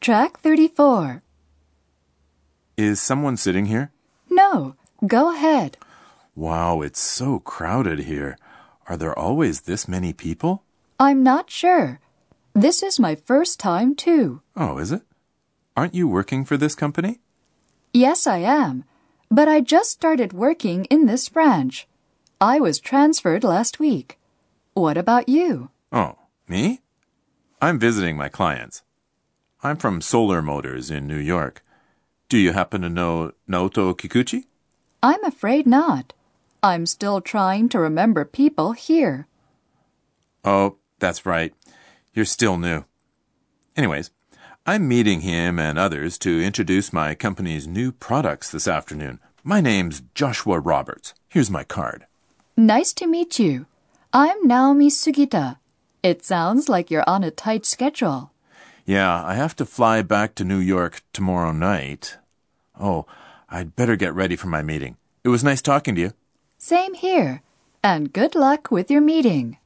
Track 34. Is someone sitting here? No, go ahead. Wow, it's so crowded here. Are there always this many people? I'm not sure. This is my first time, too. Oh, is it? Aren't you working for this company? Yes, I am. But I just started working in this branch. I was transferred last week. What about you? Oh, me? I'm visiting my clients. I'm from Solar Motors in New York. Do you happen to know Naoto Kikuchi? I'm afraid not. I'm still trying to remember people here. Oh, that's right. You're still new. Anyways, I'm meeting him and others to introduce my company's new products this afternoon. My name's Joshua Roberts. Here's my card. Nice to meet you. I'm Naomi Sugita. It sounds like you're on a tight schedule. Yeah, I have to fly back to New York tomorrow night. Oh, I'd better get ready for my meeting. It was nice talking to you. Same here. And good luck with your meeting.